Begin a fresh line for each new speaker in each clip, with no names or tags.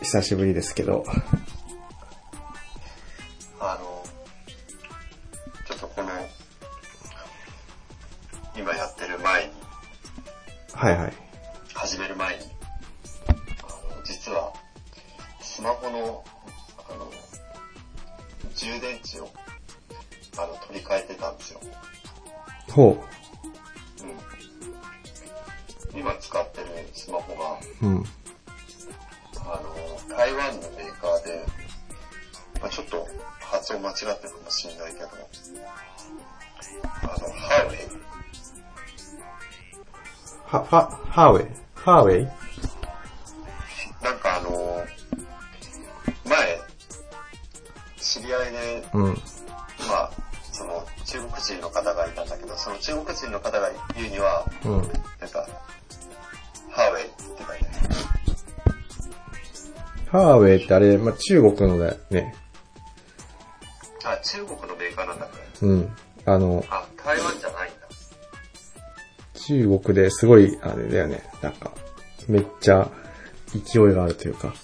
久しぶりですけど。
あの、ちょっとこの、今やってる前に、
はいはい。
始める前に、あの、実は、スマホの、あの、充電池を、あの、取り替えてたんですよ。
ほ
うん。今使ってるスマホが、
う。うん。
あの、台湾のメーカーで、まあ、ちょっと発音間違ってるかもしれないけど、あの、ハーウェイ、
は、は、ハーウェイハーウェイ
なんかあの、前、知り合いで、
うん。
まあ、その、中国人の方がいたんだけど、その中国人の方が言うには、
うん。
なんか、ハーウェイって言ってたね。
ハーウェイってあれ、まあ、中国のだよね。
あ、中国のメーカーなんだこれ。
うん。あの、
あ、台湾じゃないんだ。
中国ですごい、あれだよね。なんか、めっちゃ勢いがあるというか。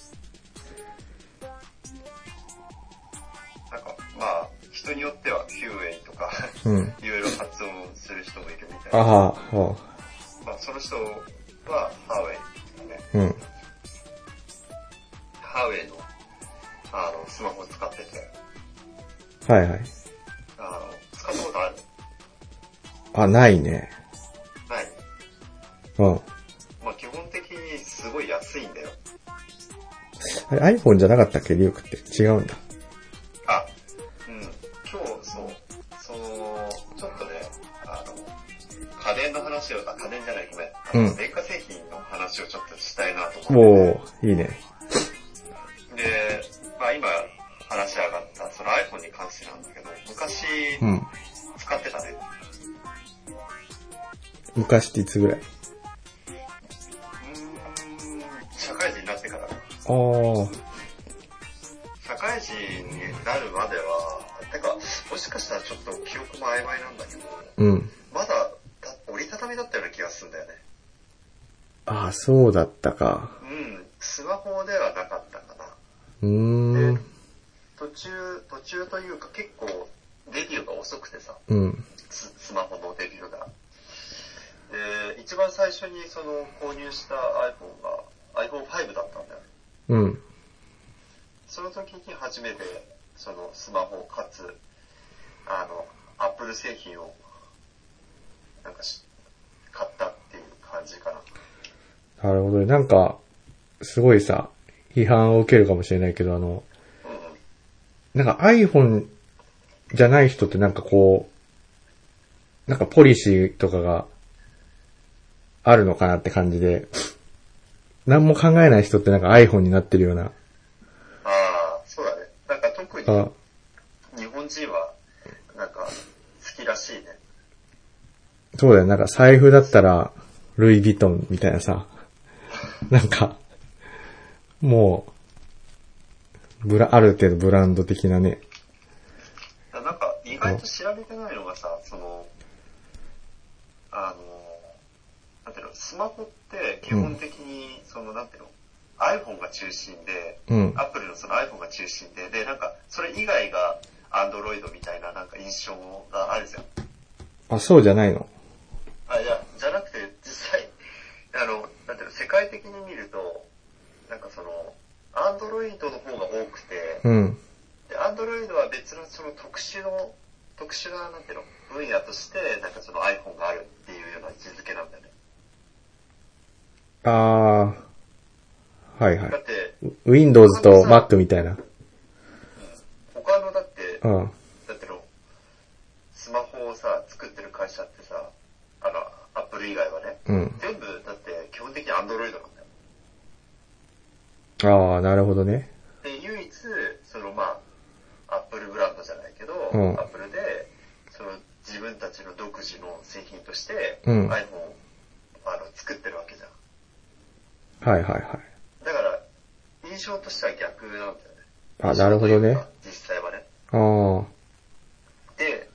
なんか、まあ、人によってはヒューウェイとか、
うん。
いろいろ発音する人もいるみたいな。
あは、ほ
まあ、その人はハーウェイっていうね。
う。うん。
ハーウェイの、あの、スマホを使ってて、
はいはい。
あの、使ったことある
あ、ないね。
ない
うん。
まあ基本的にすごい安いんだよ。
あれ iPhone じゃなかったっけリュックって。違うんだ。
あ、うん。今日、そう、その、ちょっとね、あの、家電の話を、あ、家電じゃない、ごめん。あの
うん
電化製品の話をちょっとしたいなと思って
おー、いいね。
て。で、まあ今、話し上がった、その iPhone に関してなんだけど、昔、
うん。
使ってたね。
昔っていつぐらいう
ーん、社会人になってから。
あー。
社会人になるまでは、てか、もしかしたらちょっと記憶も曖昧なんだけど、
うん。
まだた折りたたみだったような気がするんだよね。
あー、そうだったか。
うん、スマホではなかったかな。
うーん。
途中、途中というか結構デビューが遅くてさ、
うん。
ススマホのデビューが。で、一番最初にその購入した iPhone が iPhone5 だったんだよ。
うん。
その時に初めてそのスマホかつ、あの、Apple 製品をなんかし買ったっていう感じかな。
なるほどね。なんか、すごいさ、批判を受けるかもしれないけど、あの、
うんうん。
なんか iPhone じゃない人ってなんかこう、なんかポリシーとかがあるのかなって感じで、何も考えない人ってなんか iPhone になってるような。
ああ、そうだね。なんか特に
あ
日本人は、なんか、好きらしいね。
そうだよ。なんか財布だったら、ルイ・ヴィトンみたいなさ。なんか、もう、ブラ、ある程度ブランド的なね。
だなんか、意外と調べてないのがさ、その、あの、なんていうの、スマホって基本的に、その、なんていうの、iPhone が中心で、
うん。
Apple のその iPhone が中心で、で、なんか、それ以外が Android みたいな、なんか印象があるじゃん。
あ、そうじゃないの。
あ、いや、じゃなくて、実際、あの、なんていうの、世界的に見ると、なんかその、Android の方が多くて、
うん。
で、アンドロイドは別のその特殊の、特殊な、なんていうの、分野として、なんかその iPhone があるっていうような位置づけなんだよね。
あー、はいは
だ
い。
って、
Windows と Mac みたいな。
他のだって、
うん。
だっての、スマホをさ、作ってる会社ってさ、あの、アップル以外はね、
うん。
全部、だって基本的にアンドロイドなんだよ。
ああ、なるほどね。
で、唯一、そのまあ、アップルブランドじゃないけど、
うん
アップルで、その自分たちの独自の製品として、
うん
iPhone をあの作ってるわけじゃん。
はいはいはい。
だから、印象としては逆なんだよね。
あ、なるほどね。。
実際はね。
あー、
で、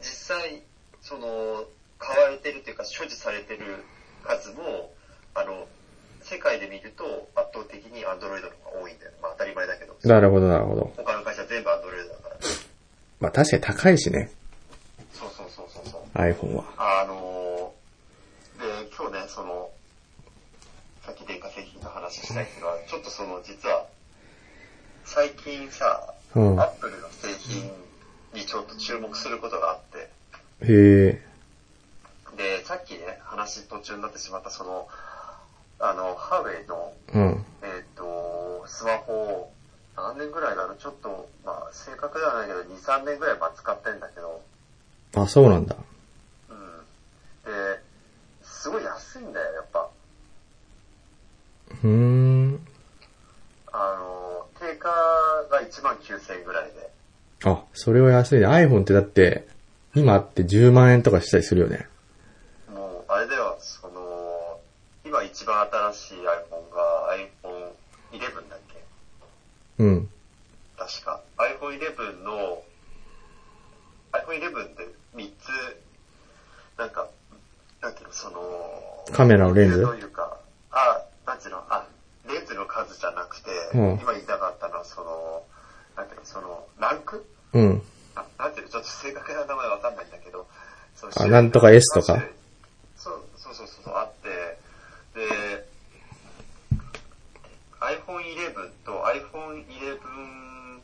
実際、その、買われてるというか、所持されてる数も、あの、世界で見ると圧倒的に Android の方が多いんだよ。まあ当たり前だけど。
なるほど、なるほど。
他の会社全部 Android だから。
まあ確かに高いしね、
そうそうそうそうそう。
iPhone は。
あのーで、今日ね、その、さっき電化製品の話したいっていうのは、ちょっとその、実は、最近さ、
うん
アップルの製品にちょっと注目することがあって、
へえ。
で、さっきね、話途中になってしまった、その、あの、ハーウェイの、
うん。
えっ、と、スマホを、何年ぐらいだろう、ちょっと、まあ、正確ではないけど、2、3年ぐらいまあ使ってんだけど、
あ、そうなんだ。
うん。で、すごい安いんだよ、やっぱ。
うーん。
あの、定価が1万9000円ぐらいで。
あ、それは安いね。iPhone ってだって、今あって10万円とかしたりするよね。
もう、あれだよ、その、今一番新しい iPhone が iPhone11 だっけ
うん。
確か。iPhone11 の、iPhone11 って3つ、なんか、なんていうの、その、
カメラのレンズ
というか、あ、なんていうの、あ、レンズの数じゃなくて、
うん
今言いたかったのは、その、なんていうの、その、ランク
うん。
あなんていうの、ちょっと正確な名前わかんないんだけど、その
あなんとか S とか。
そうそうそうそう、あって、で、iPhone11 と iPhone11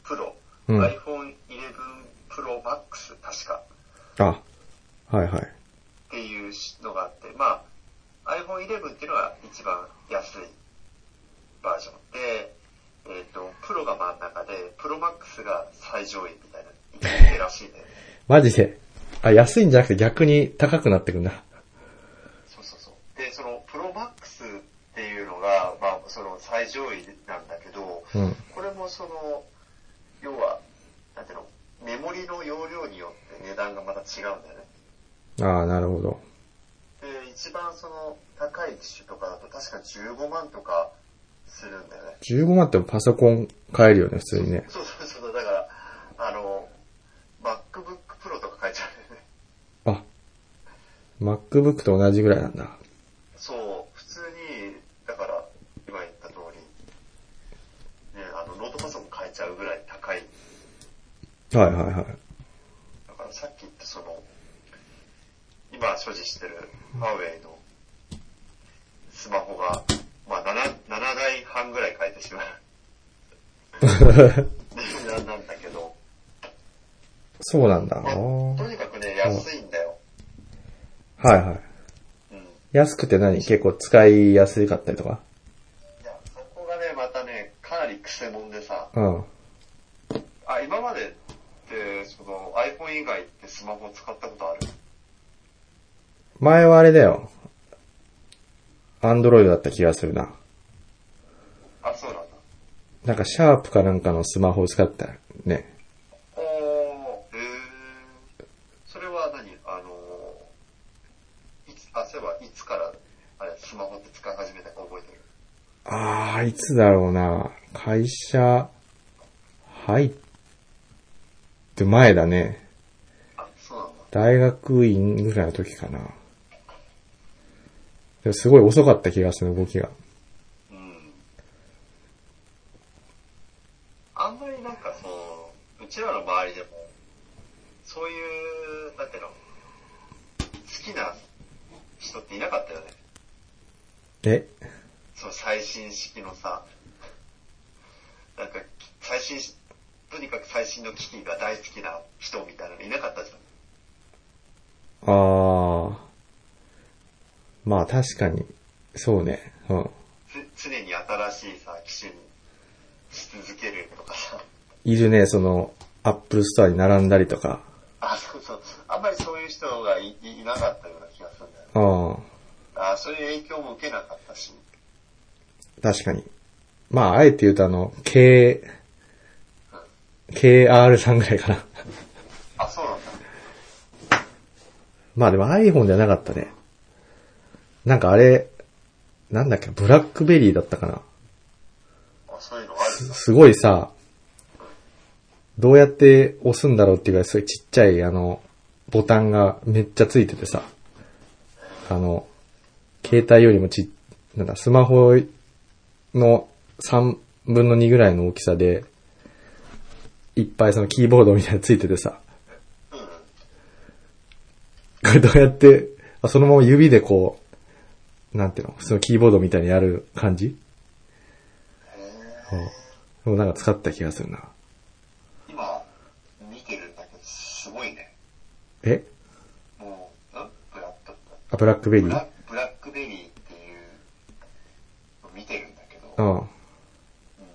Pro、
うん
iPhone11 Pro Max 確か
あ、はいはい。
っていうのがあって、まあ、iPhone11 っていうのが一番安いバージョンで、えっ、と、Pro が真ん中で、Pro Max が最上位みたいな、言ってらしいね。
マジで。あ、安いんじゃなくて逆に高くなってくんだ。
そうそうそう。で、その、プロマックスっていうのが、まあ、その、最上位なんだけど、
うん。
これもその、要は、なんていうの、メモリの容量によって値段がまた違うんだよね。
ああ、なるほど。
で、一番その、高い機種とかだと確か15万とかするんだよね。
15万ってパソコン買えるよね、普通にね。
そうそうそう、だから、あの、MacBook Pro とか買えちゃうんだよね。
あ、MacBook と同じぐらいなんだ。
そう、普通に、だから、今言った通り、ね、あの、ノートパソコン変えちゃうぐらい高い。
はいはいはい。
だからさっき言ったその、今所持してるハーウェイのスマホが、まあ7、7台半ぐらい変えてしまう。値段なんだけど、
そうなんだ。あ
まあ
ー
とにかくね、安いんだよ。
はいはい。
うん。い
安くて何結構使いやすかったりとか
や、そこがね、またね、かなりクセもんでさ、
うん。
あ、今までって、その iPhone 以外ってスマホ使ったことある
前はあれだよ。アンドロイドだった気がするな。
あ、そうなんだ。
なんかシャープかなんかのスマホを使ったね。
おー、へー。それは何あのー、いつ、あ、そういえばいつから、あれ、スマホって使い始めたか覚えてる
あー、いつだろうな。会社、入って前だね。
あ、そうなんだ。
大学院ぐらいの時かな。でもすごい遅かった気がする、動きが。
うん。あんまりなんかその、うちらの周りでも、そういう、なんていうの、好きな人っていなかったよね。
え
その最新式のさ、なんか、最新し、とにかく最新の機器が大好きな人みたいなのいなかったじゃん。
あー。まあ確かに、そうね。うん。
つ常に新しいさ、機種にし続けるとかさ。
いるね、その、アップルストアに並んだりとか。
あ、そうそう。あんまりそういう人がいいいなかったような気がするんだよね。
うん。
あそういう影響も受けなかったし。
確かに。まあ、あえて言うとあの、K、KR さんぐらいかな。
あ、そうなんだ。
まあでも iPhone じゃなかったね。なんかあれ、なんだっけ、ブラックベリーだったかな。
あ、そういうのあるんだ。
すごいさ、どうやって押すんだろうっていうぐらい、すごいちっちゃいあの、ボタンがめっちゃついててさ、あの、携帯よりもちっなんだ、スマホの3分の2ぐらいの大きさで、いっぱいそのキーボードみたいなのついててさ、これどうやって、あそのまま指でこう、なんていうの、普通のキーボードみたいにやる感じうん。でもなんか使った気がするな。
今、見てるんだけど、すごいね。
え
もう、うんブラッド
あ、ブラックベリ
ブラ
ー
ブラックベリーっていうの見てるんだけ
う
ど、
ん。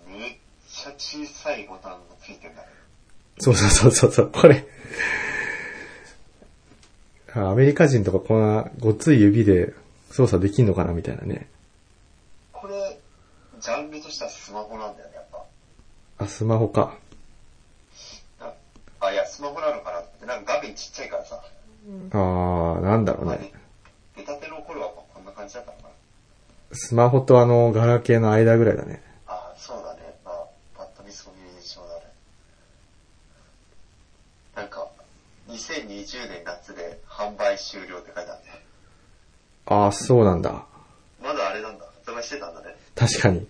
めっちゃ小さいボタンがついてんだね。
そうそうそうそうそう、これ。あアメリカ人とかこんなごっつい指で操作できんのかなみたいなね。
これ、ジャンルとしてはスマホなんだよね、やっぱ。
あ、スマホか。
なあ、いや、スマホなのかなって、なんか画面ちっちゃいからさ、
あー、なんだろう
まあ
ね
ね。、出たての頃はこんな感じだったのかな。
スマホとあの、ガラケーの間ぐらいだね。
あそうだね。まあ、パッと見そういう印象だね。なんか、2020年夏で販売終了って書いてあるね。
あー、そうなんだ。
まだあれなんだ。発売してたんだね。
確かに。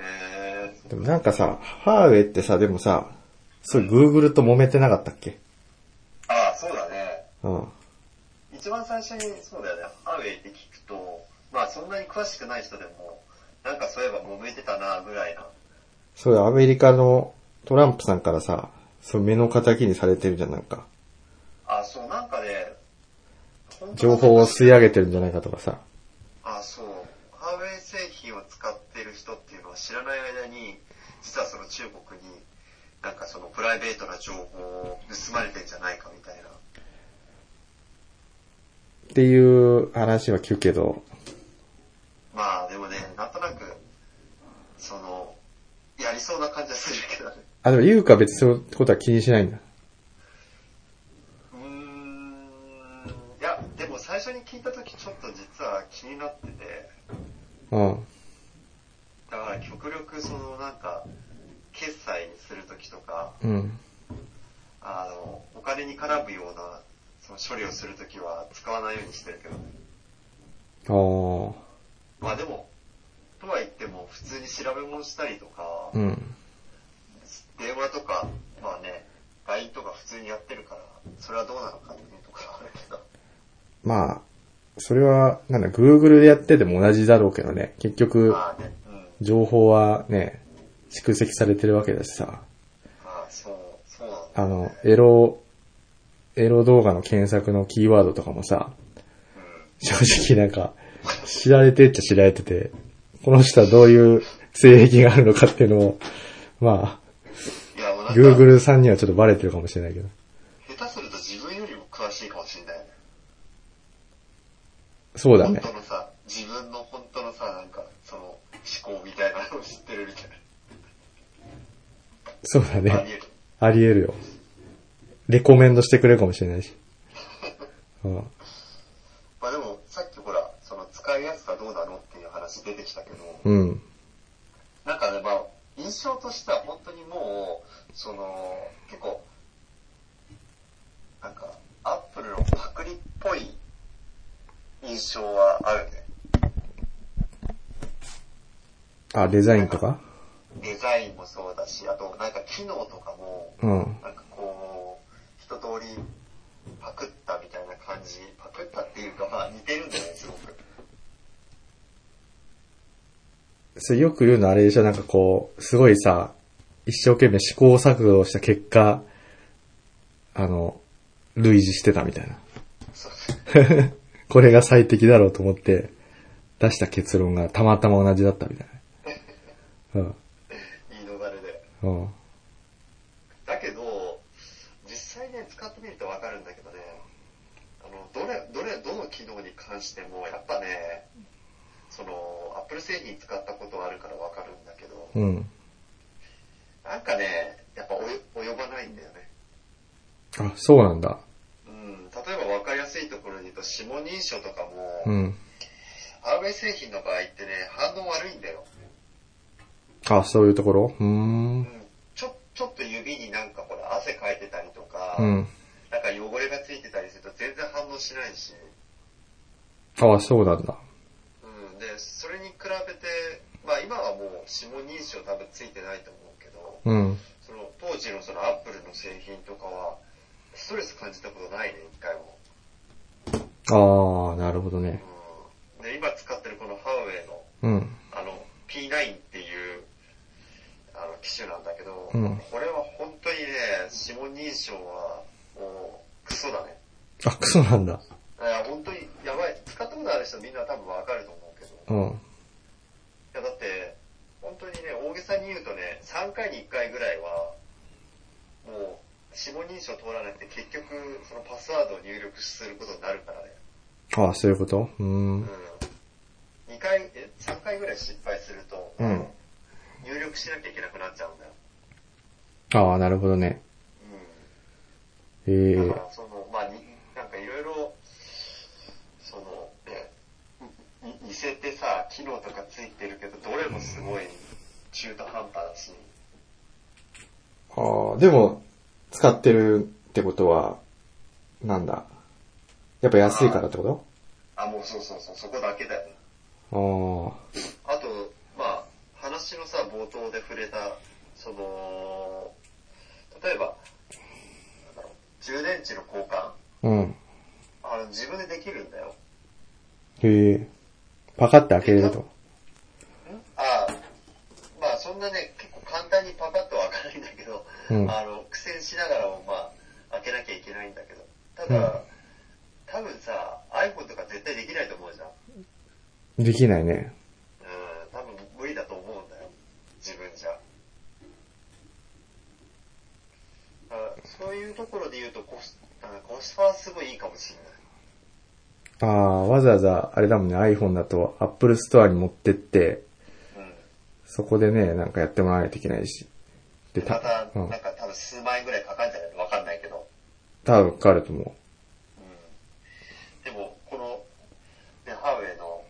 へ
でもなんかさ、ファーウェイってさ、でもさ、そう、Google と揉めてなかったっけ
ー。ああ、そうだね。
うん。
一番最初に、そうだよね。ハーウェイって聞くと、まあそんなに詳しくない人でも、なんかそういえば揉めてたな、ぐらいな。
そうだ、アメリカのトランプさんからさ、そう、目の敵にされてるじゃん、なんか。
あそう、なんかね、本当だ
情報を吸い上げてるんじゃないかとかさ。
あ、そう。ハーウェイ製品を使ってる人っていうのは知らない間に、実はその中国に、なんかそのプライベートな情報を盗まれてんじゃないかみたいな。
っていう話は聞くけど、
まあでもね、なんとなく、その、やりそうな感じはするけどね。
あ、でも優香は別にそういうことは気にしないんだ。
うーん。いや、でも最初に聞いた時ちょっと実は気になってて、
うん。
だから極力そのなんか、決済にする時とか、
うん。
あの、お金に絡むような、その処理をするときは使わないようにしてるけどね。
あー。
まあでも、とは言っても、普通に調べ物したりとか、
うん。
電話とか、まあね、LINE とか普通にやってるから、それはどうなのかっていうところはあるけど。
まあ、それは、なんだ、Google でやってても同じだろうけどね。結局、
まあね、うん。
情報はね、蓄積されてるわけだしさ。
まあそう、そうなんだ。
あの、エロ、エロ動画の検索のキーワードとかもさ、正直なんか、知られてっちゃ知られてて、この人はどういう性癖があるのかっていうのを、ま
いやもう
あ、
なんか、
Google さんにはちょっとバレてるかもしれないけど。
下手すると自分よりも詳しいかもしれないよね。
そうだ
本
ね。
当のさ、自分の本当のさ、なんか、その、思考みたいなのを知ってるみたい
そう
な。あ
だ
り
ね。
得る。
あり得るよ。レコメンドしてくれるかもしれないし。うん。
まあでも、さっきほら、その使いやすさどうなのっていう話出てきたけど、
うん。
なんかね、まあ、印象としては本当にもう、その、結構、なんか、アップルのパクリっぽい印象はあるね。
あ、デザインとか
デザインもそうだし、あとなんか機能とかも、
うん。
なんかこう、一通りパクったみたいな感じ、パクったっていうか、まあ似てるんだよね、すごく。
それよく言うのあれでしょなんかこう、すごいさ、一生懸命試行錯誤した結果、あの、類似してたみたいな。
そう
これが最適だろうと思って、出した結論がたまたま同じだったみたいな。
言い逃れで。
うん。うん。
だけど、実際ね、使ってみるとわかるんだけどね、あの、どれ、どれ、どの機能に関しても、やっぱね、その、アップル製品使ったことあるからわかるんだけど、
うん。
なんかね、やっぱおよ及ばないんだよね。
あ、そうなんだ。
うん、例えばわかりやすいところで言うと、指紋認証とかも、
うん。
ハーウェイ製品の場合ってね、反応悪いんだよ。
あ、そういうところう
う
ー。
んん、ちょ、ちょっと指になんかほら、汗かいてたりとか、
うん。
なんか汚れがついてたりすると全然反応しないし、
ああ、そうなんだ。
うん、で、それに比べて、まあ今はもう指紋認証多分ついてないと思うけど、
うん。
その当時のそのアップルの製品とかは、ストレス感じたことないね、一回も。
ああ、なるほどね。
うん。で、今使ってるこのハウェイの、
うん。
あの、P9 っていう、あの、機種なんだけど、
うん
これは本当にね、指紋認証は、もう、クソだね。
あ、クソなんだ。
いや、本当にやばい。使ったことある人みんな多分わかると思うけど。
うん。
いやだって、本当にね、大げさに言うとね、3回に1回ぐらいは、もう、指紋認証通らなくて、結局、そのパスワードを入力することになるからね。
ああ、そういうことうーん。
うん。2回、え、3回ぐらい失敗すると、
うん
入力しなきゃいけなくなっちゃうんだよ。
ああ、なるほどね。ええ
うん。だから、その、まあ、に、なんかいろいろ、その、ね、に似せてさ、機能とかついてるけど、どれもすごい中途半端だし、
ああ、でも、使ってるってことは、なんだ。やっぱ安いからってこ
あ、もうそうそうそう、そこだけだよね。
と
あと、まあ、話のさ、冒頭で触れた、その、例えば、なんだろう充電池の交換、
ああ、うん。
あの、自分でできるんだよ。
へえ。パカって開けれると。
ああ、まあ、そんなね、結構簡単にパカッとは開かないんだけど、
うん
あの、苦戦しながらも、まあ、開けなきゃいけないんだけど、ただ、
うん
多分さ、iPhone とか絶対できないと思うじゃん。
できないね。
うん、多分無理だと思うんだよ。自分じゃ。あそういうところで言うとコス、あコスパはすごいいいかもしれない。
ああ、わざわざ、あれだもんね、iPhone だと Apple Store に持ってって、
うん。
そこでね、なんかやってもらわないといけないし。で、
で、また、
うん
なん。か多分数万円ぐらいかかるんじゃないのわかんないけど。
多分かかると思
うん。でも、この、ね、ハウェイの、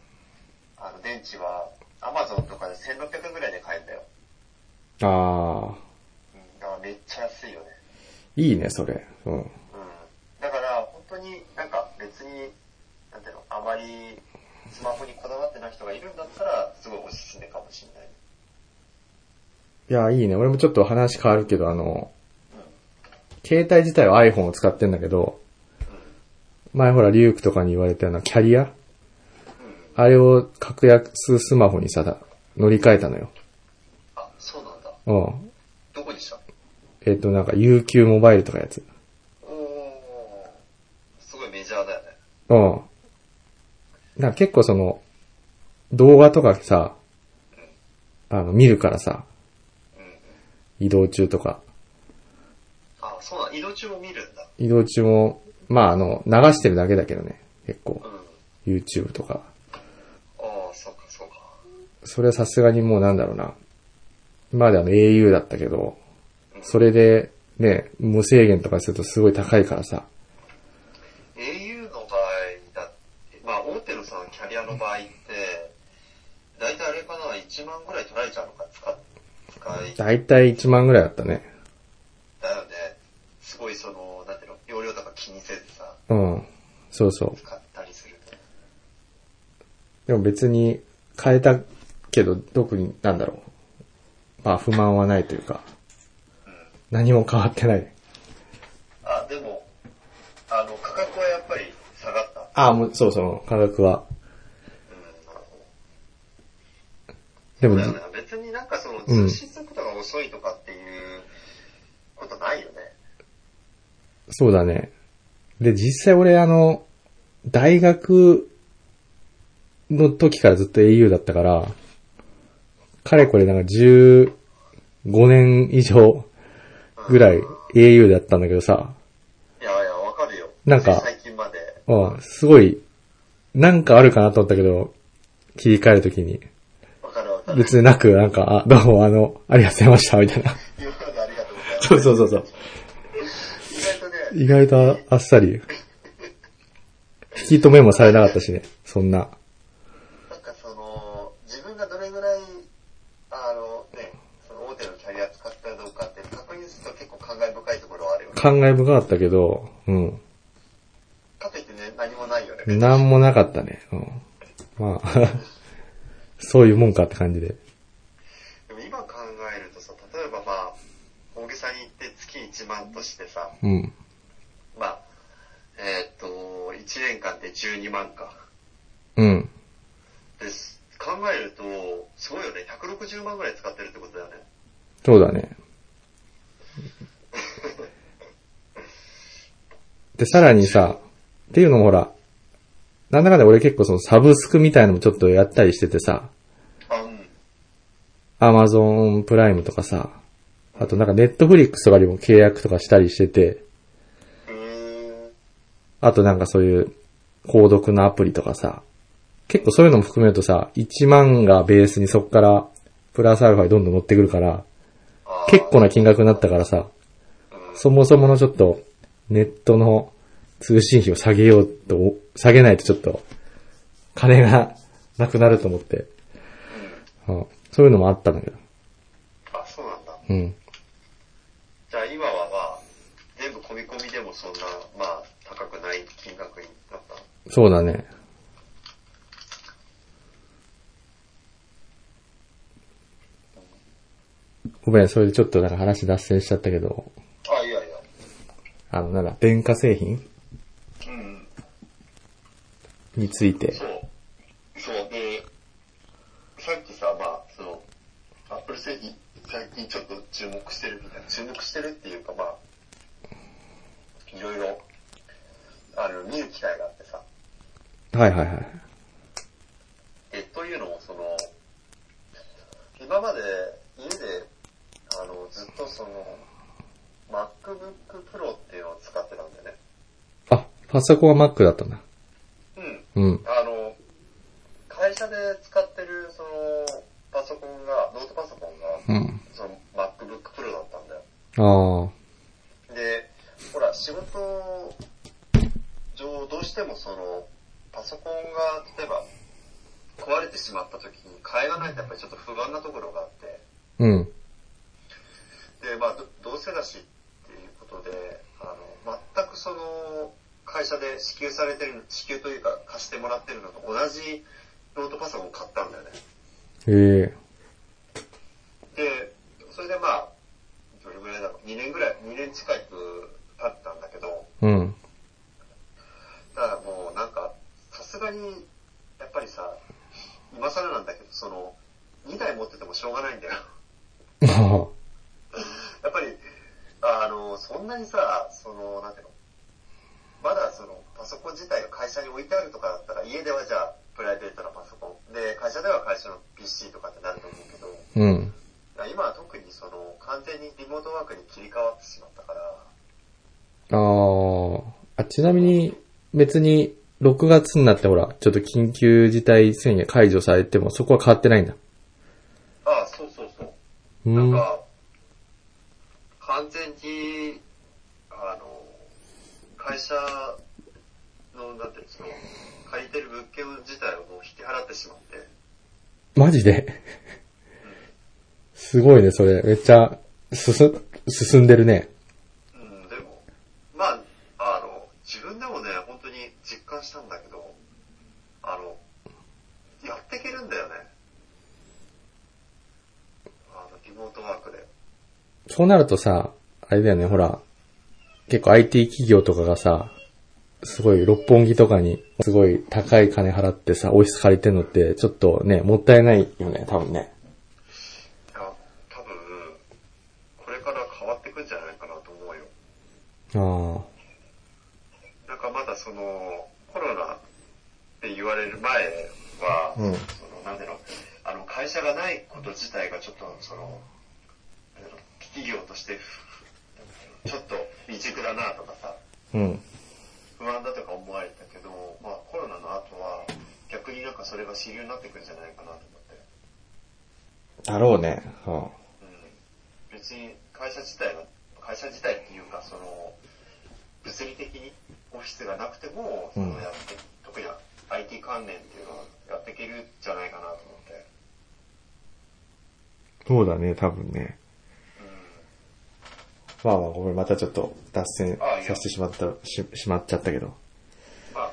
あの、電池は、アマゾンとかで1600円ぐらいで買えんだよ。
う。ああ、
うん。だからめっちゃ安いよね。
いいね、それ。うん。
うんだから、本当になんか別に、なんていうの、あまりスマホにこだわってない人がいるんだったら、すごいおすすめかもしれない。
いや、いいね。俺もちょっと話変わるけど、あの、携帯自体は iPhone を使ってんだけど、前ほら、リュークとかに言われたようなキャリアあれを格安スマホにさ、乗り換えたのよ。
あ、そうなんだ。
うん。
どこでした
えっ、と、なんか UQ モバイルとかやつ。
おおー、すごいメジャーだよね。
うん。なんか結構その、動画とかさ、あの、見るからさ、移動中とか。
あ、そうなん移動中も見るんだ。
移動中も、まああの、流してるだけだけどね。結構
う。ん。あ
YouTube とか。
あ、そうかそうか。
それはさすがにもうなんだろうな。今まであの au だったけど、それで、ね、無制限とかするとすごい高いからさ。
au の場合だって、まあ大手のそのキャリアの場合って、だいたいあれかな、1万ぐらい取られちゃうのか、使っ、使い
だいたい1万ぐらいだったね。
だよね。すごいその、なんていうの、容量とか気にせずさ、
うん。そうそう。
使ったりすると。
でも別に変えたけど、特になんだろう。まあ不満はないというか、何も変わってない。
あ、でも、あの、価格はやっぱり下がった。
ああ、もうそうそう、価格は。でも、
だよね。別になんかその、通信速度が遅いとかっていうことないよね。
そうだね。で、実際俺あの、大学の時からずっと au だったから、かれこれなんか15年以上ぐらい au だったんだけどさ、
いやいや、わかるよ。
なんか
つい最近まで。
うん、すごい、なんかあるかなと思ったけど、切り替えるときに。
わかるわかる。
別になく、なんか、あ、どうもあの、ありがとうございました、みたいな。
今までありがとうございます。
そうそうそうそう。
意外とね、
意外とああっさり。引き止めもされなかったしね、そんな。
なんかその、自分がどれぐらい、あのね、その大手のキャリア使ったかどうかって確認すると結構感慨深いところはあるよね。
感慨深かったけど、うん。
かといってね、何もないよね。
なんもなかったね。うん。まあ、 そういうもんかって感じで。
でも今考えるとさ、例えばまあ、大げさに言って月1万としてさ、
うん。
まあ、えーっと、1年間で12万か。
うん。
です。考えると、すごいよね。160万ぐらい使ってるってことだよね。
そうだね。で、さらにさ、っていうのもほら、なんだかんだ俺結構そのサブスクみたいのもちょっとやったりしててさ、
あ、うん。
アマゾンプライムとかさ、あとなんかネットフリックスとかにも契約とかしたりしてて、
うーん。
あとなんかそういう、購読のアプリとかさ、結構そういうのも含めるとさ、1万がベースにそっから、プラスアルファにどんどん乗ってくるから、
あー
結構な金額になったからさ、そもそものちょっと、ネットの通信費を下げようと、下げないとちょっと、金がなくなると思って、うんそういうのもあったんだけど。
あ、そうなんだ。
うん。
じゃあ今はまあ、全部込み込みでもそんな、まあ、高くない金額になった。
そうだね。ごめん、それでちょっとなんか話脱線しちゃったけど、
あ、いやいや。
あの、なんだ、電化製品
うん。
について。
そう。そう。で、さっきさ、まあ、その、アップル製品、最近ちょっと注目してるみたいな、注目してるっていうか、まあ、いろいろ、あの、見る機会があってさ。
はいはいはい。
え、というのも、その、今まで家で、あの、ずっとその、MacBook Pro っていうのを使ってたんだよね。
あ、パソコンは Mac だったんだ。
うん。
うん。
あの、会社で使ってる、その、パソコンが、ノートパソコンが、
うん。
その MacBook Pro だったんだよ。
あ
で、ほら、仕事上、どうしてもその、パソコンが、例えば、壊れてしまった時に、替えがないとやっぱりちょっと不安なところがあって、
あ。うん。
で、まあど、どうせだしっていうことで、あの、全くその、会社で支給されてる、支給というか貸してもらってるのと同じノートパソコンを買ったんだよね。
ええ
で、それでまあ、どれぐらいだろう、2年ぐらい、2年近く経ったんだけど、
うん。
ただもうなんか、さすがに、やっぱりさ、今更なんだけど、その、2台持っててもしょうがないんだよ。
あ
やっぱり、あの、そんなにさ、その、なんていうの、まだその、パソコン自体が会社に置いてあるとかだったら、家ではじゃあ、プライベートなパソコン、で、会社では会社の PC とかってなると思うけど、
うん。
今は特にその、完全にリモートワークに切り替わってしまったから、
あーあ。ちなみに、別に、6月になってほら、ちょっと緊急事態宣言解除されても、そこは変わってないんだ。
ああ、そうそうそう。
う
なん
ん。あ
か、完全に、あの、会社の、なんていうんですか、借りてる物件自体をもう引き払ってしまって、
マジで すごいね、それ。めっちゃ、進、進んでるね。
うん、でも、まあ、あの、自分でもね、本当に実感したんだけど、あの、やっていけるんだよね。あの、リモートワークで。
そうなるとさ、あれだよね、ほら、結構 IT 企業とかがさ、すごい六本木とかに、すごい高い金払ってさ、オフィス借りてんのって、ちょっとね、もったいないよね、多分ね。
いや、多分、これから変わってくんじゃないかなと思うよ。
あ
なんかまだその、コロナって言われる前は、
うん
その、なんでの、あの、会社がないこと自体がちょっと、その、なんだろう企業として、ちょっと未熟だなとかさ、
あ。うん。
不安だとか思われたけど、まあコロナの後は、逆になんかそれが主流になってくるんじゃないかなと思って。
だろうね。は
うん別に会社自体が、会社自体っていうか、その、物理的にオフィスがなくても、そ
うん
のやって特に IT 関連っていうのはやっていけるんじゃないかなと思って。
そうだね、多分ね。まあまあ、ごめん、またちょっと脱線
あいや
させてしまった、し、しまっちゃったけど。
まあ、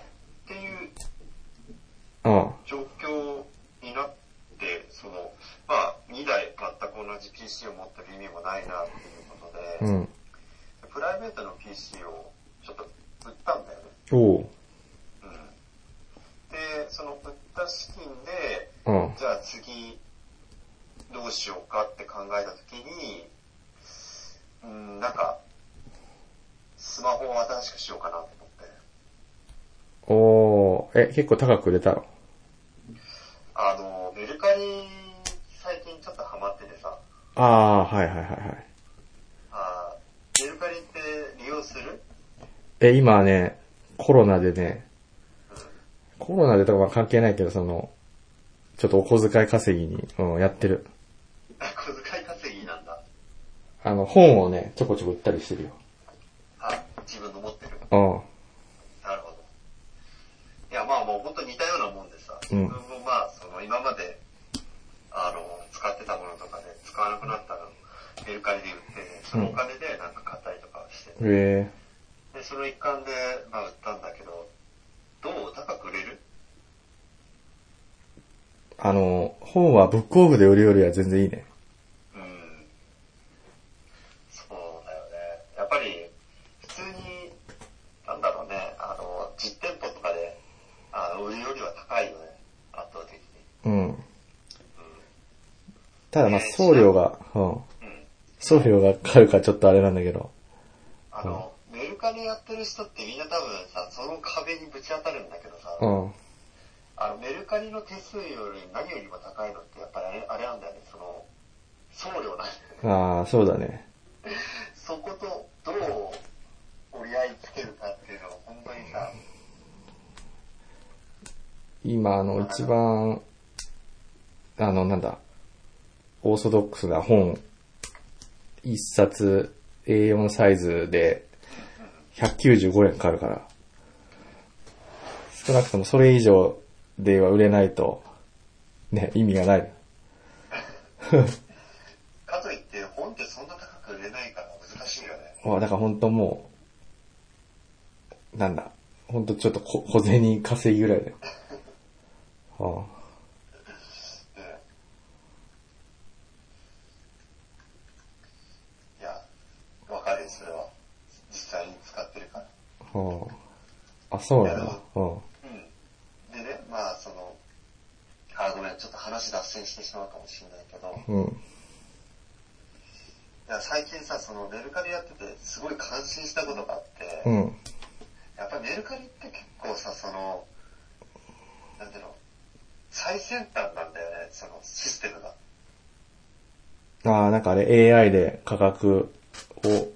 うん。
プライベートの PC をちょっと売ったんだよね。
おう。
うん。で、その売った資金で、
うん。
じゃあ次、どうしようかって考えたときに、うん、なんか、スマホを新しくしようかなと思って。
おー。え、結構高く売れたの
あの、メルカリ、最近ちょっとハマっててさ、
あー、はいはいはいはい。
あーメルカリって利用する
え、今ね、コロナでね、コロナでとかは関係ないけど、その、ちょっとお小遣い稼ぎに、うん、やってる。
あ小遣い稼ぎなんだ。
あの、本をね、ちょこちょこ売ったりしてるよ。
あ、自分の持ってる。
うん。
なるほど。いや、まあもう本当に似たようなもんでさ、
うん
自分もまあ、その今まで、あの、使ってたものとかで、使わなくなったの、メルカリで売って、そのお金でなんか買ったりとかして、
え
で、その一環で、まあ売ったんだけど、どう高く売れる
ー、あの、本はブックオフで売るよりは全然いいね。
うん。そうだよね。やっぱり、普通に、なんだろうね、あの、実店舗とかで、あの、売るよりは高いよね、圧倒的に。
うん。ただまあ送料が、うん。
うん。
送料がかかるからちょっとあれなんだけど。
あの、メルカリやってる人ってみんな多分さ、その壁にぶち当たるんだけどさ、
うん。
あの、メルカリの手数より何よりも高いのってやっぱりあれあれなんだよね、その、送料なんだよね。
ああ、そうだね。
そことどう折り合いつけるかっていうのは本当にさ、
今、あの、一番、あの、なんだ、オーソドックスな本、一冊 A4 サイズで、195円かかるから。少なくともそれ以上では売れないと、ね、意味がない。
かといって本ってそんな高く売れないから難しいよね。
まあ、だから本当もう、なんだ、本当ちょっと小小銭稼ぎぐらいだよ。ああ
うん。いや、わかるよ、それは。実際に使ってるから。
うんあ、そうなんだ。うん。
うん。でね、まあ、その、あ、ごめん、ちょっと話脱線してしまうかもしれないけど、い
うん。
や最近さ、そのメルカリやってて、すごい感心したことがあって、
うん。
やっぱりメルカリって結構さ、その、なんていうの、最先端なんだよね、そのシステムが。
ああ、なんかあれ AI で価格を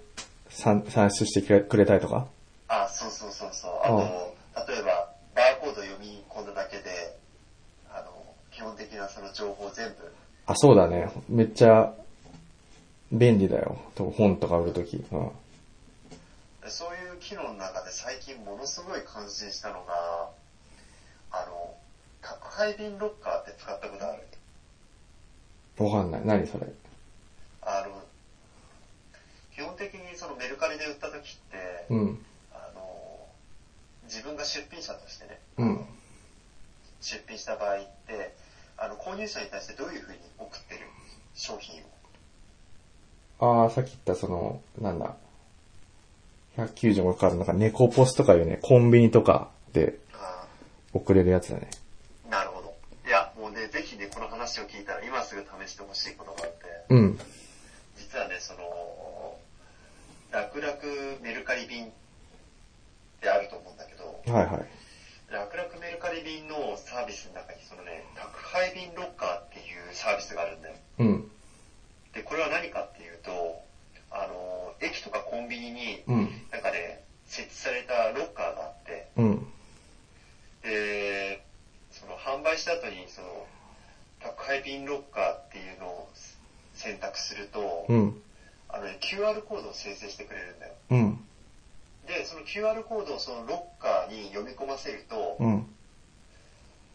算算出してくれたりとか
あ、そうそうそうそう。あと、例えば、バーコード読み込んだだけで、あの、基本的なその情報全部、
あ、そうだね。めっちゃ便利だよ。と本とか売るとき。うん。
そういう機能の中で最近ものすごい感心したのが、あの、宅配便ロッカーって使ったことある
わかんない。何それ。
あの、基本的にそのメルカリで売った時って、
うん。
あの、自分が出品者としてね、
うん。
出品した場合って、あの、購入者に対してどういうふうに送ってる商品を。
ああ、さっき言ったその、なんだ。195からなんか猫ポスとかいうね、コンビニとかで
あ
送れるやつだね。
ーなるほど。いや、もうね、ぜひね、この話を聞いたら今すぐ試してほしいことがあって、
うん。
実はね、その、楽々メルカリ便ってあると思うんだけど、
はいはい。
楽々メルカリ便のサービスの中に、そのね、宅配便ロッカーっていうサービスがあるんだよ。
うん。
で、これは何かっていうと、あの、駅とかコンビニに、
うん。
なんかね、設置されたロッカーがあって、
うん。
で、その販売した後に、その、宅配便ロッカーっていうのを選択すると、
うん。
あのね、QR コードを生成してくれるんだよ。
うん。
で、その QR コードをそのロッカーに読み込ませると、
うん。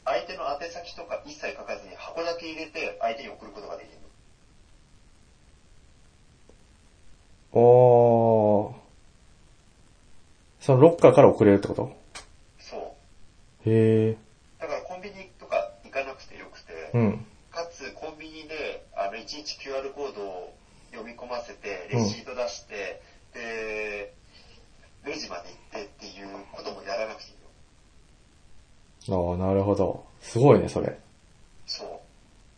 相手の宛先とか一切書かずに箱だけ入れて相手に送ることができるの。
おー。そのロッカーから送れるってこと
そう。
へ
だからコンビニとか行かなくてよくて、
ー。うん。
かつコンビニであのいちいち QR コードを読み込ませて、レシート出して、で、レジまで行ってっていうこともやらなくていいよ。
ああ、なるほど。すごいね、それ。
そ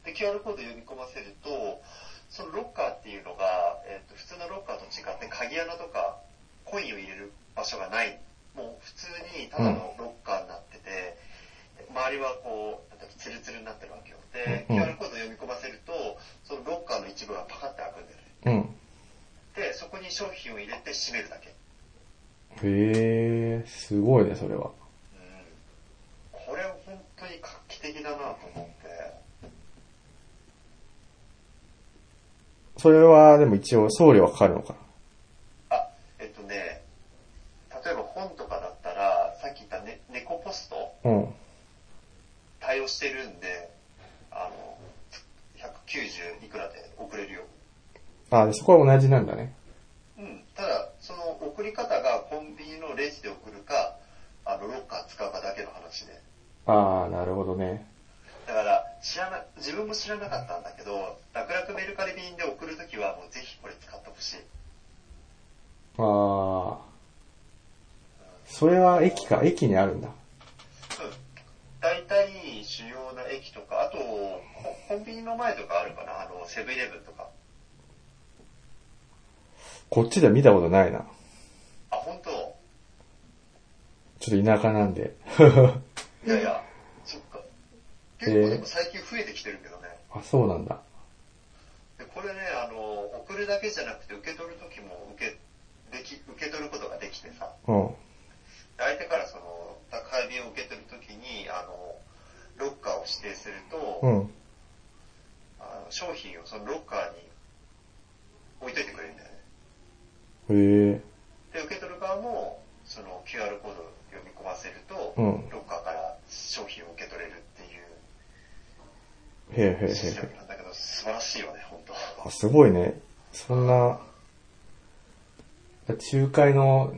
う。で、QR コード読み込ませると、そのロッカーっていうのが、えっと普通のロッカーと違って鍵穴とかコインを入れる場所がない。もう普通にただのロッカーになってて、周りはこう、なんていうのツルツルになってるわけよ。で、
うん
QR コード読み込ませると、そのロッカーの一部がパカって開くんだよね。
うん。
で、そこに商品を入れて閉めるだけ。
へえ、すごいね、それは。
これは本当に画期的だなと思って。
それは、でも一応送料はかかるのか
あ、えっとね、例えば本とかだったら、さっき言った、ね、猫ポスト
な。うん。
対応してるんで、あの、190いくらで送れるよ。
ああ、でそこは同じなんだね。
うん。ただ、その送り方がコンビニのレジで送るか、あの、ロッカー使うかだけの話で。
ああ、なるほどね。
だから、知らな、自分も知らなかったんだけど、楽々メルカリ便で送るときは、もうぜひこれ使ってほしい。
ああ。それは駅か、駅にあるんだ。
うん大体主要な駅とか、あと、ココンビニの前とかあるかな、あの、セブンイレブンとか。
こっちでは見たことないな。
あ、本当
ちょっと田舎なんで。
いやいや、そっか。結
えー
構でも最近増えてきてるけどね。
あ、そうなんだ。
でこれね、あの、送るだけじゃなくて受け取るときも受け、でき、受け取ることができてさ、
うん。
相手からその、宅配便を受け取るときに、あの、ロッカーを指定すると、
うん。
あの商品をそのロッカーに置いといてくれるんだよね。
へえ。
で、受け取る側も、その QR コードを読み込ませると、
うん
ロッカーから商品を受け取れるっていう
へえへえへ
システ
え
ム。なんだけど、素晴らしいよね、本当
あ、すごいね。そんな、仲介の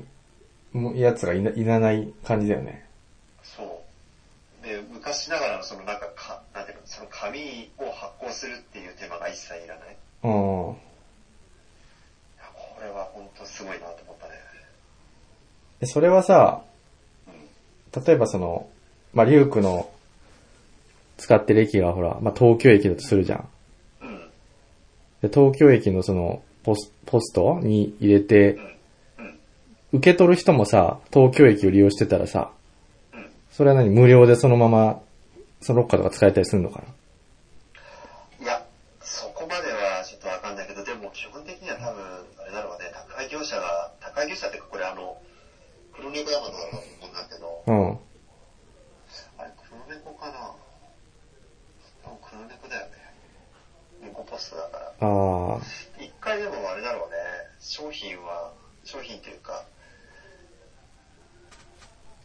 もやつがいないらない感じだよね。
そう。で、昔ながらのそのなんかか、なんていうの、その紙を発行するっていう手間が一切いらない。い
うん。
やこれは本当すごいなと思ったね。
でそれはさ、例えばその、まあ、リュウクの使ってる駅がほら、まあ、東京駅だとするじゃん。
うん。
で、東京駅のその、ポスポストに入れて
う、ん。うん。
受け取る人もさ、東京駅を利用してたらさ、
うん。
それは何無料でそのまま、そのロッカーとか使えたりするのかない
や、そこまではちょっとわかんないけど、でも基本的には多分、あれだろうね、宅配業者が、宅配業者っていうかこれあの、黒猫山とかだと思うんだけど、
うん。
あれ黒猫かなでも黒猫だよね。猫ポストだから。
ああ、
一回でもあれだろうね、商品は、商品というか、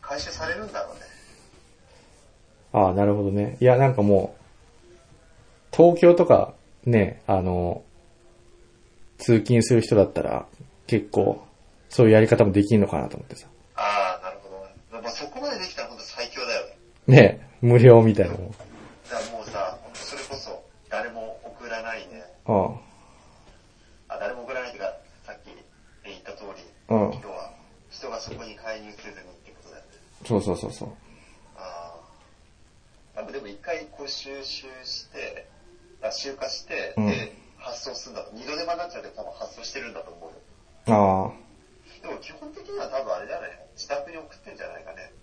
回収されるんだろうね。
ああ、なるほどね。いや、なんかもう、東京とかね、あの、通勤する人だったら、結構、そういうやり方もできるのかなと思ってさ。
ああ、なるほどね。まあ、そこまでできたら本当最強だよね。
ね無料みたいなの
だからもうさ、本当それこそ、誰も送らないね。
も。
あ、誰も送らないっていうか、さっき言った通り、
うん。うん。
人は、人がそこに介入せずにってことだよね。
そうそうそうそう。
ああ。多分でも一回こう収集して、あ集荷して、
うん
で、発送するんだと。二度手間になっちゃうけど多分発送してるんだと思うよ。
ああ。
でも基本的には多分あれだね、自宅に送ってんじゃないかね。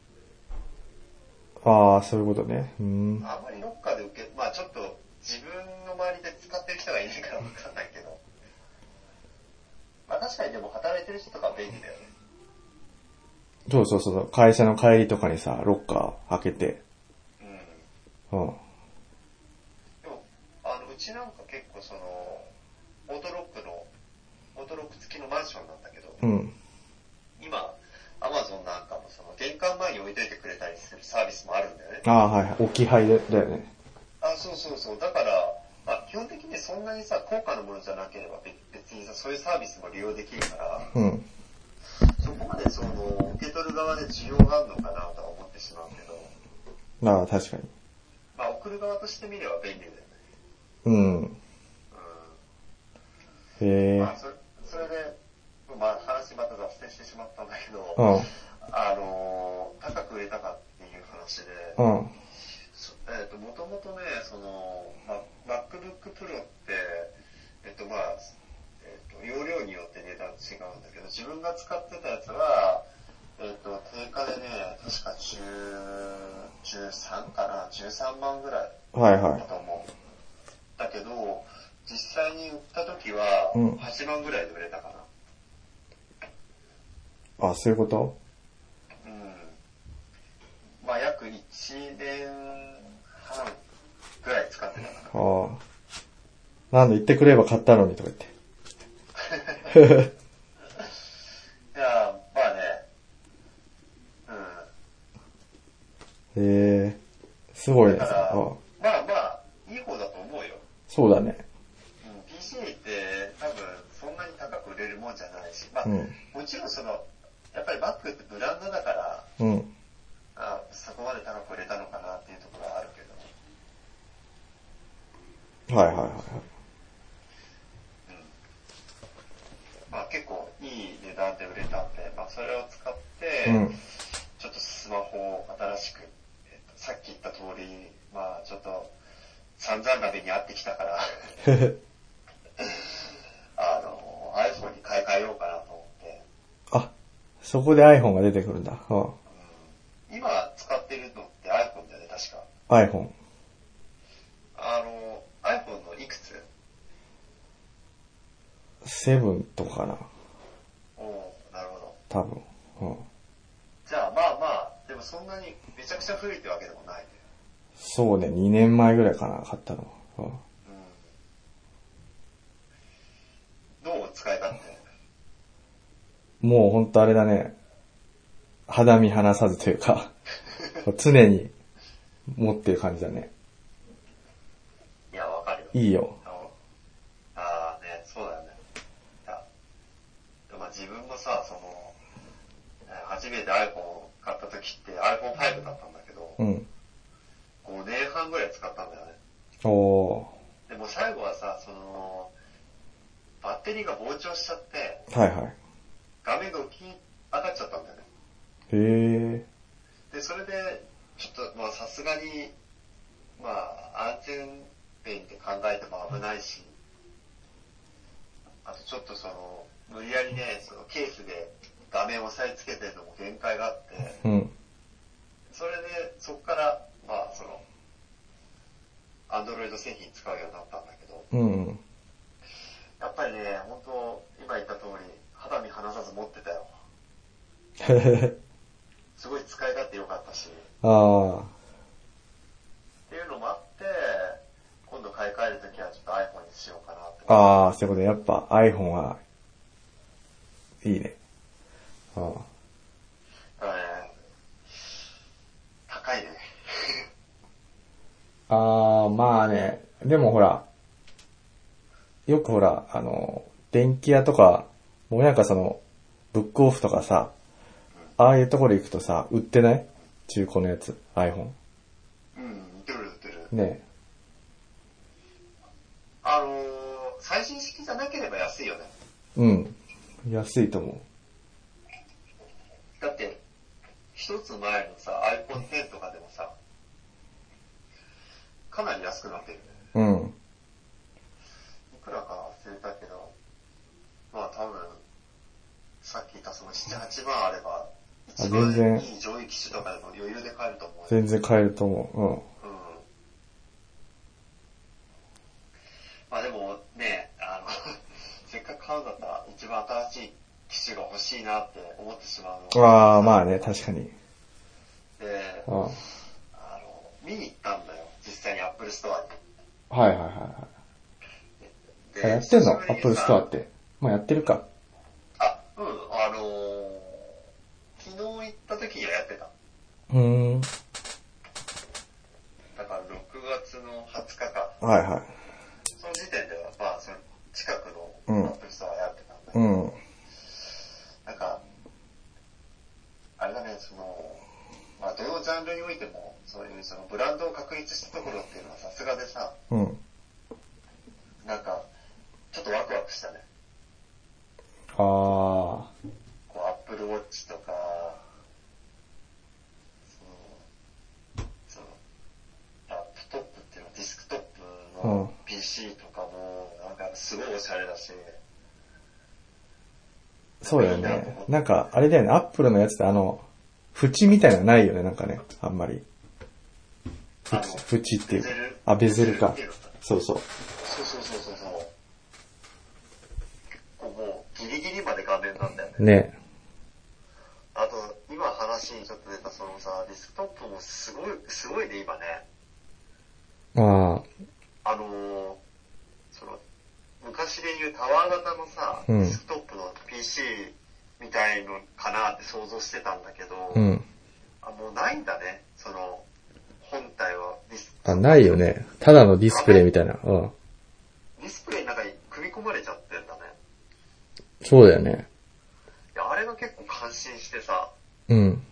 ああ、そういうことね。うん。
あんまりロッカーで受け、まあちょっと自分の周りで使ってる人がいないからわかんないけど。まあ確かにでも働いてる人とかは便利だよね。
そうそうそうそう。会社の帰りとかにさ、ロッカー開けて。
うん。
うん。
でも、あの、うちなんか結構その、オートロックの、オートロック付きのマンションなんだけど、
うん。
今、アマゾンなんかもその玄関前に置いといてくれたりするサービスもあるんだよね。
ああ、はいはい。置き配だだよね。
あ、そうそうそう。だから、まあ、基本的にそんなにさ、高価なものじゃなければべ別にさ、そういうサービスも利用できるから、
うん。
そこまでその、受け取る側で需要があるのかなとは思ってしまうけど、
ああ、確かに。
まあ、送る側としてみれば便利だよね。
うん。
うん。
へ
まあ、それそれで、まあ、話また脱線してしまったんだけど、
うん。
あのー高く売れたかっていう話で、
うん。
そえっ、と、もともとね、その、ま、MacBook Pro って、えっ、と、まあ、えっ、と、容量によって値段違うんだけど、自分が使ってたやつは、えっ、と、定価でね、確か10、13かな、13万ぐらい
はい
だ
は
と思う。だけど、実際に売った時は、
うん
8万ぐらいで売れたかな。
い。あ、そういうこと
うんまあ約1年半ぐらい使ってたかな。
ああ。なんで言ってくれれば買ったのにとか言って。
いやー、まあね、う
へえ。すごい
ん。
で
だ
す
か
ね。
ら、まあ
あ
まあ、いい方だと思うよ。
そうだね。
うん、PC って多分そんなに高く売れるもんじゃないし、まあ、
うん
もちろんその、やっぱり Mac ってブランドだから、
うん。
あそこまで高く売れたのかなっていうところはあるけど、
はいはいは
まあ結構いい値段で売れたんで、まあそれを使って、
い。うん。
ちょっとスマホを新しく、えっとさっき言った通り、まあちょっと散々な目に遭ってきたから、 あの、iPhone に買い替えようかなと思って、
あ、そこで iPhone が出てくるんだ。あ
今使ってるのって iPhone だよね、確か。
あ iPhone。
あの、iPhone のいくつ
7とかかな。
おおなるほど。
多分。うん。
じゃあまあまあ、でもそんなにめちゃくちゃ古いってわけでもないね。
そうね、2年前ぐらいかな、買ったの。うん
どう使い勝手
もうほんとあれだね、肌身離さずとい うか、常に持ってる感じだね。
いや、わかるよ。
いいよ。
あのあーね、そうだよね。いや、でもまあ自分もさ、その、えー初めて iPhone を買った時って iPhone5 だったんだけど、
うん。
5年半ぐらい使ったんだよね。
お
でも最後はさ、その、バッテリーが膨張しちゃって、
ー。はいはい。
画面が浮き上がっちゃったんだよね。
へ
で、それで、ちょっと、まあさすがに、まあ安全面で考えても危ないし、あとちょっとその、無理やりね、そのケースで画面を押さえつけてるのも限界があって、
ー。うん。
それで、そこから、まあその、アンドロイド製品使うようになったんだけど、
うんうん。
やっぱりね、本当今言った通り、肌身離さず持ってたよ。すごい使い勝手良かったし、
あー。
っていうのもあって、今度買い替えるときはちょっと iPhone にしようかなって。
あー、そういうことやっぱ iPhone は、いいね。あー。
だからね高いね。
あー、まあね、でもほら、よくほら、あの、電気屋とか、もうなんかその、ブックオフとかさ、ああいうところ行くとさ、売ってない中古のやつ、iPhone。
うん、売ってる売ってる。
ね
あのー、最新式じゃなければ安いよね。
うん。安いと思
だって、一つ前のさ、iPhone X とかでもさ、かなり安くなってるね。
う。うん。
いくらか忘れたけど、まあ多分、さっき言ったその7、8万あれば、一番
全然
いい上位機種とかでも余裕で買えると思うよ。
全然買えると思
うん。まあでもね、あの、 せっかく買うんだったら一番新しい機種が欲しいなって思ってしまう
う。うん。
の
ああ、まあね、確かに。
で、
うん。はい
あの、見に行ったんだよ。実際に Apple Store
はいはいは
に。
い。あやってん
久
の
しぶりに
?Apple
さ
Store って。まあやってるか。
あ、うん、あのー昨日行った時にはやってた。
うーん。
だから6月の20日か。
はいは
その時点では、まあ、その近く
うん
のアップルストアやってたんだけ
い。う
ど、
ん。
なんか、あれだね、その、まあ、どのジャンルにおいても、そういうそのブランドを確立したところっていうのはさすがでさ、
うん。
なんか、ちょっとワクワクしたね。
ああ。
こう、アップルウォッチとか、その、その、ラップトップっていうの、ディスクトップ
うん
の PC とかも、なんかすごいおしゃれだし、
そうだよね。なんか、あれだよね、アップルのやつってあの、縁みたいなのないよね、なんかね、あんまり。ふ
あの
縁っていうか
ベゼル。
あ、ベゼルか
ベゼル。
そうそう。
そうそうそうそうそう。結構もう、ギリギリまで画面なんだよね。
ね。
あと、今話にちょっと出たそのさ、ディスクトップもすごい、すごいね、今ね。
ああ、
あのーその、昔で言うタワー型のさ、
うん
ディスクトップの PC みたいのかなって想像してたんだけど、
うん。
あもうないんだね、その、本体はディス。
あ、ないよね。ただのディスプレイみたいな。うん。
ディスプレイの中に組み込まれちゃってんだね。
そうだよね。
いや、あれが結構感心してさ、
うん。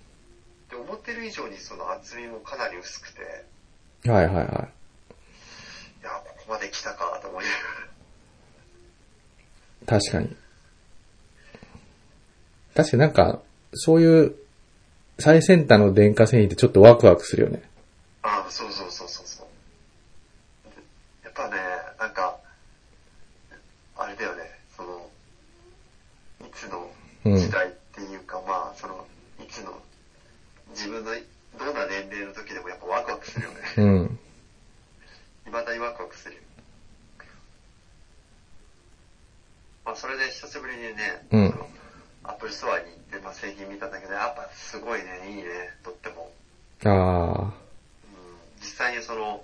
で思ってる以上にその厚みもかなり薄くて、
はいはいはい
や、ここまで来たかと思いながら。
い。確かに。確かになんか、そういう最先端の電化繊維ってちょっとワクワクするよね。
ああ、そうそうそうそうそう。やっぱね、なんか、あれだよね、その、いつの時代っていうか、まあ、その、いつの、自分のどんな年齢の時でもやっぱワクワクするよね。
うん。
未だにワクワクするよ。まあ、それで久しぶりにね、
うん
そのアップルストアに行って、まあ、製品見たんだけど、やっぱすごいね、いいね、とっても。
ああ、
実際にその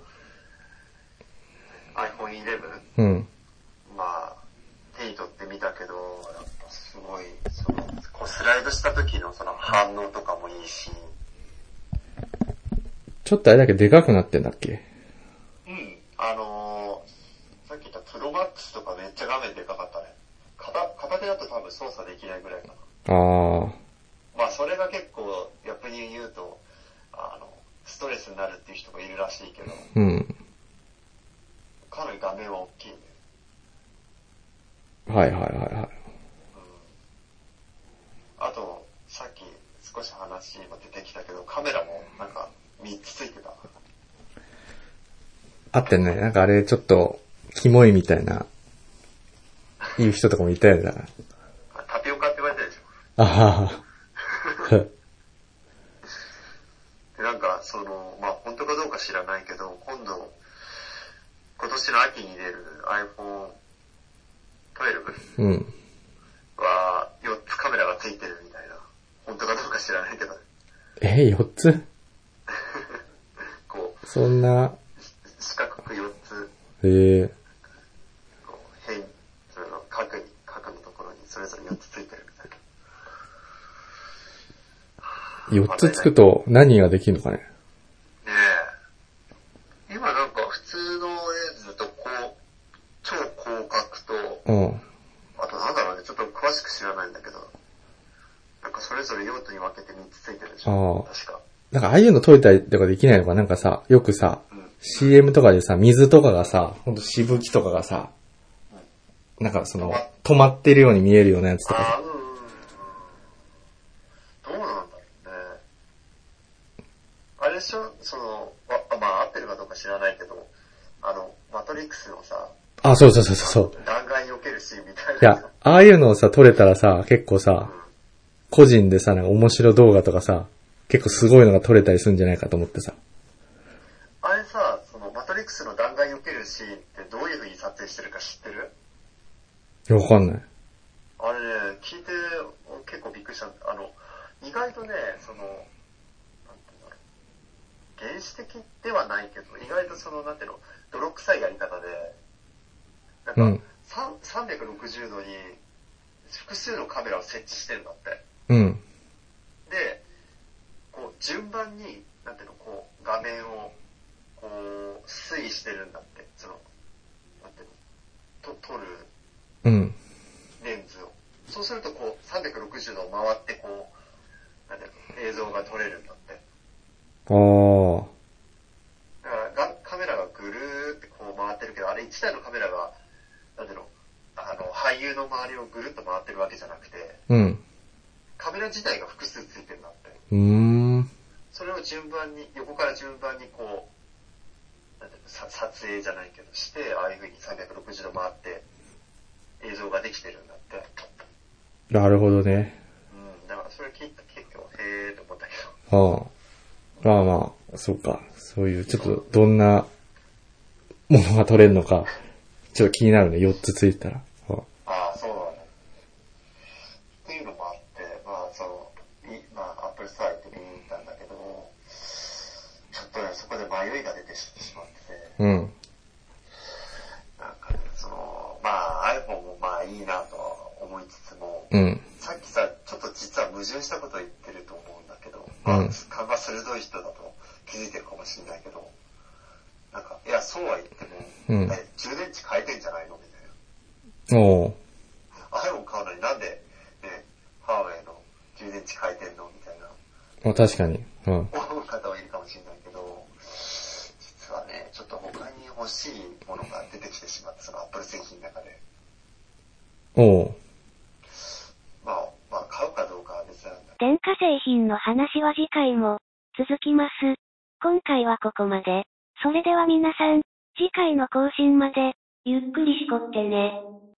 iPhone11、
うん。
まあ、手に取ってみたけど、やっぱすごい、その、こうスライドした時のその反応とかもいいし、
ちょっとあれだけでかくなってんだっけ
うん。あのー、さっき言ったプロマックスとかめっちゃ画面でかかったね。片片手だと多分操作できないぐらいかな。
ああ、
まあそれが結構逆に言うと、あの、ストレスになるっていう人もいるらしいけど、
うん。
かなり画面は大きいね。
はいはいはいはい。
あと、さっき少し話も出てきたけど、カメラもなんか3つついてた。
あってね、なんかあれちょっと、キモいみたいな、言う人とかもいたよね。
あタピオカって言われてるでしょ。
あはは。
で、なんか、その、まあ、本当かどうか知らないけど、今度、今年の秋に出る iPhone12
うん。
は4つカメラがついてるみたいな。本当かどうか知らないけど、
え、4つ
こう、
そんな、
四角く4つ、
えー、
こう、変、その角に、角のところにそれぞれ4つついてるみたいな。
4つつくと何ができるのかね。
ねえ。今なんか普通のレンズだとこう、超広角と、
うん。
あとなんだろうね、ちょっと詳しく知らないんだけど、なんかそれぞれ用途に分けて3つついてるでしょ
あ。あ
確か。
なんかああいうの撮れたりとかできないのかなんかさ、よくさ、CM とかでさ、水とかがさ、ほんとしぶきとかがさ、なんかその、止まってるように見えるようなやつとか。
ああ、うんうんうんうん。どうなんだろうね。あれでしょその、わあまあ合ってるかどうか知らないけど、あの、マトリックスのさ、
あ、そうそうそうそうそう。
弾丸避けるシーンみたい
い
な。
や、ああいうのをさ、撮れたらさ、結構さ、個人でさ、なんか面白動画とかさ、結構すごいのが撮れたりするんじゃないかと思ってさ。
あれさ、その、マトリックスの弾丸避けるシーンってどういう風に撮影してるか知ってる
いやわかんない。
あれね、聞いて結構びっくりしたんだあの、意外とね、その、なんていうんだろう。原始的ではないけど、意外とその、なんていうの、泥臭いやり方で、なんか、
うん
さん360度に複数のカメラを設置してんだって。
うん。
で、こう、順番に、なんていうの、こう、画面を、こう、推移してるんだって、その、なんていうの、と、撮る
うん。
レンズを。そうすると、こう、360度回って、こう、なんていうの、映像が撮れるんだって。
あー。
だからが、カメラがぐるーってこう回ってるけど、あれ1台のカメラが、なんていうの、あの、俳優の周周りをぐるっと回ってるわけじゃなくて、
うん。
カメラ自体が複数ついてるんだって。
うーん。
それを順番に、横から順番にこう、なんていうのさ撮影じゃないけどして、ああいう風に360度回って映像ができてるんだって。
なるほどね。
うん、だからそれ聞いた結構、へえーと思ったけど。
はあ。まあまあ、そうか。そういう、ちょっと、どんなものが取れるのか、ちょっと気になるね。4つついたら。は
ああ、そうなの。っていうのもあって、まあ、その、いまあ、アップルサイト見に行ったんだけど、ちょっとね、そこで迷いが出てしまって、
あ、う
な
ん。
んかね、その、まあ、iPhone もまあいいなとは思いつつも、
うん。
さっきさ、ちょっと実は矛盾したこと言ってると思うんだけど、まあ、
うん
勘が鋭い人だと気づいてるかもしれないけど、なんか、いや、そうは言っても、
うん
え充電池変えてんじゃないのみたいな。
おう。
iPhone 買うのになんで、ね、ハーウェイの充電池変えてんのみたいな
まあ確かに。うん。
思う方はいるかもしれないけど、実はね、ちょっと他に欲しいものが出てきてしまって、その Apple 製品の中で。
おう。
まあ、まあ買うかどうかは別なんだ。
電化製品の話は次回も続きます。今回はここまで。それでは皆さん、次回の更新まで、ゆっくりしこってね。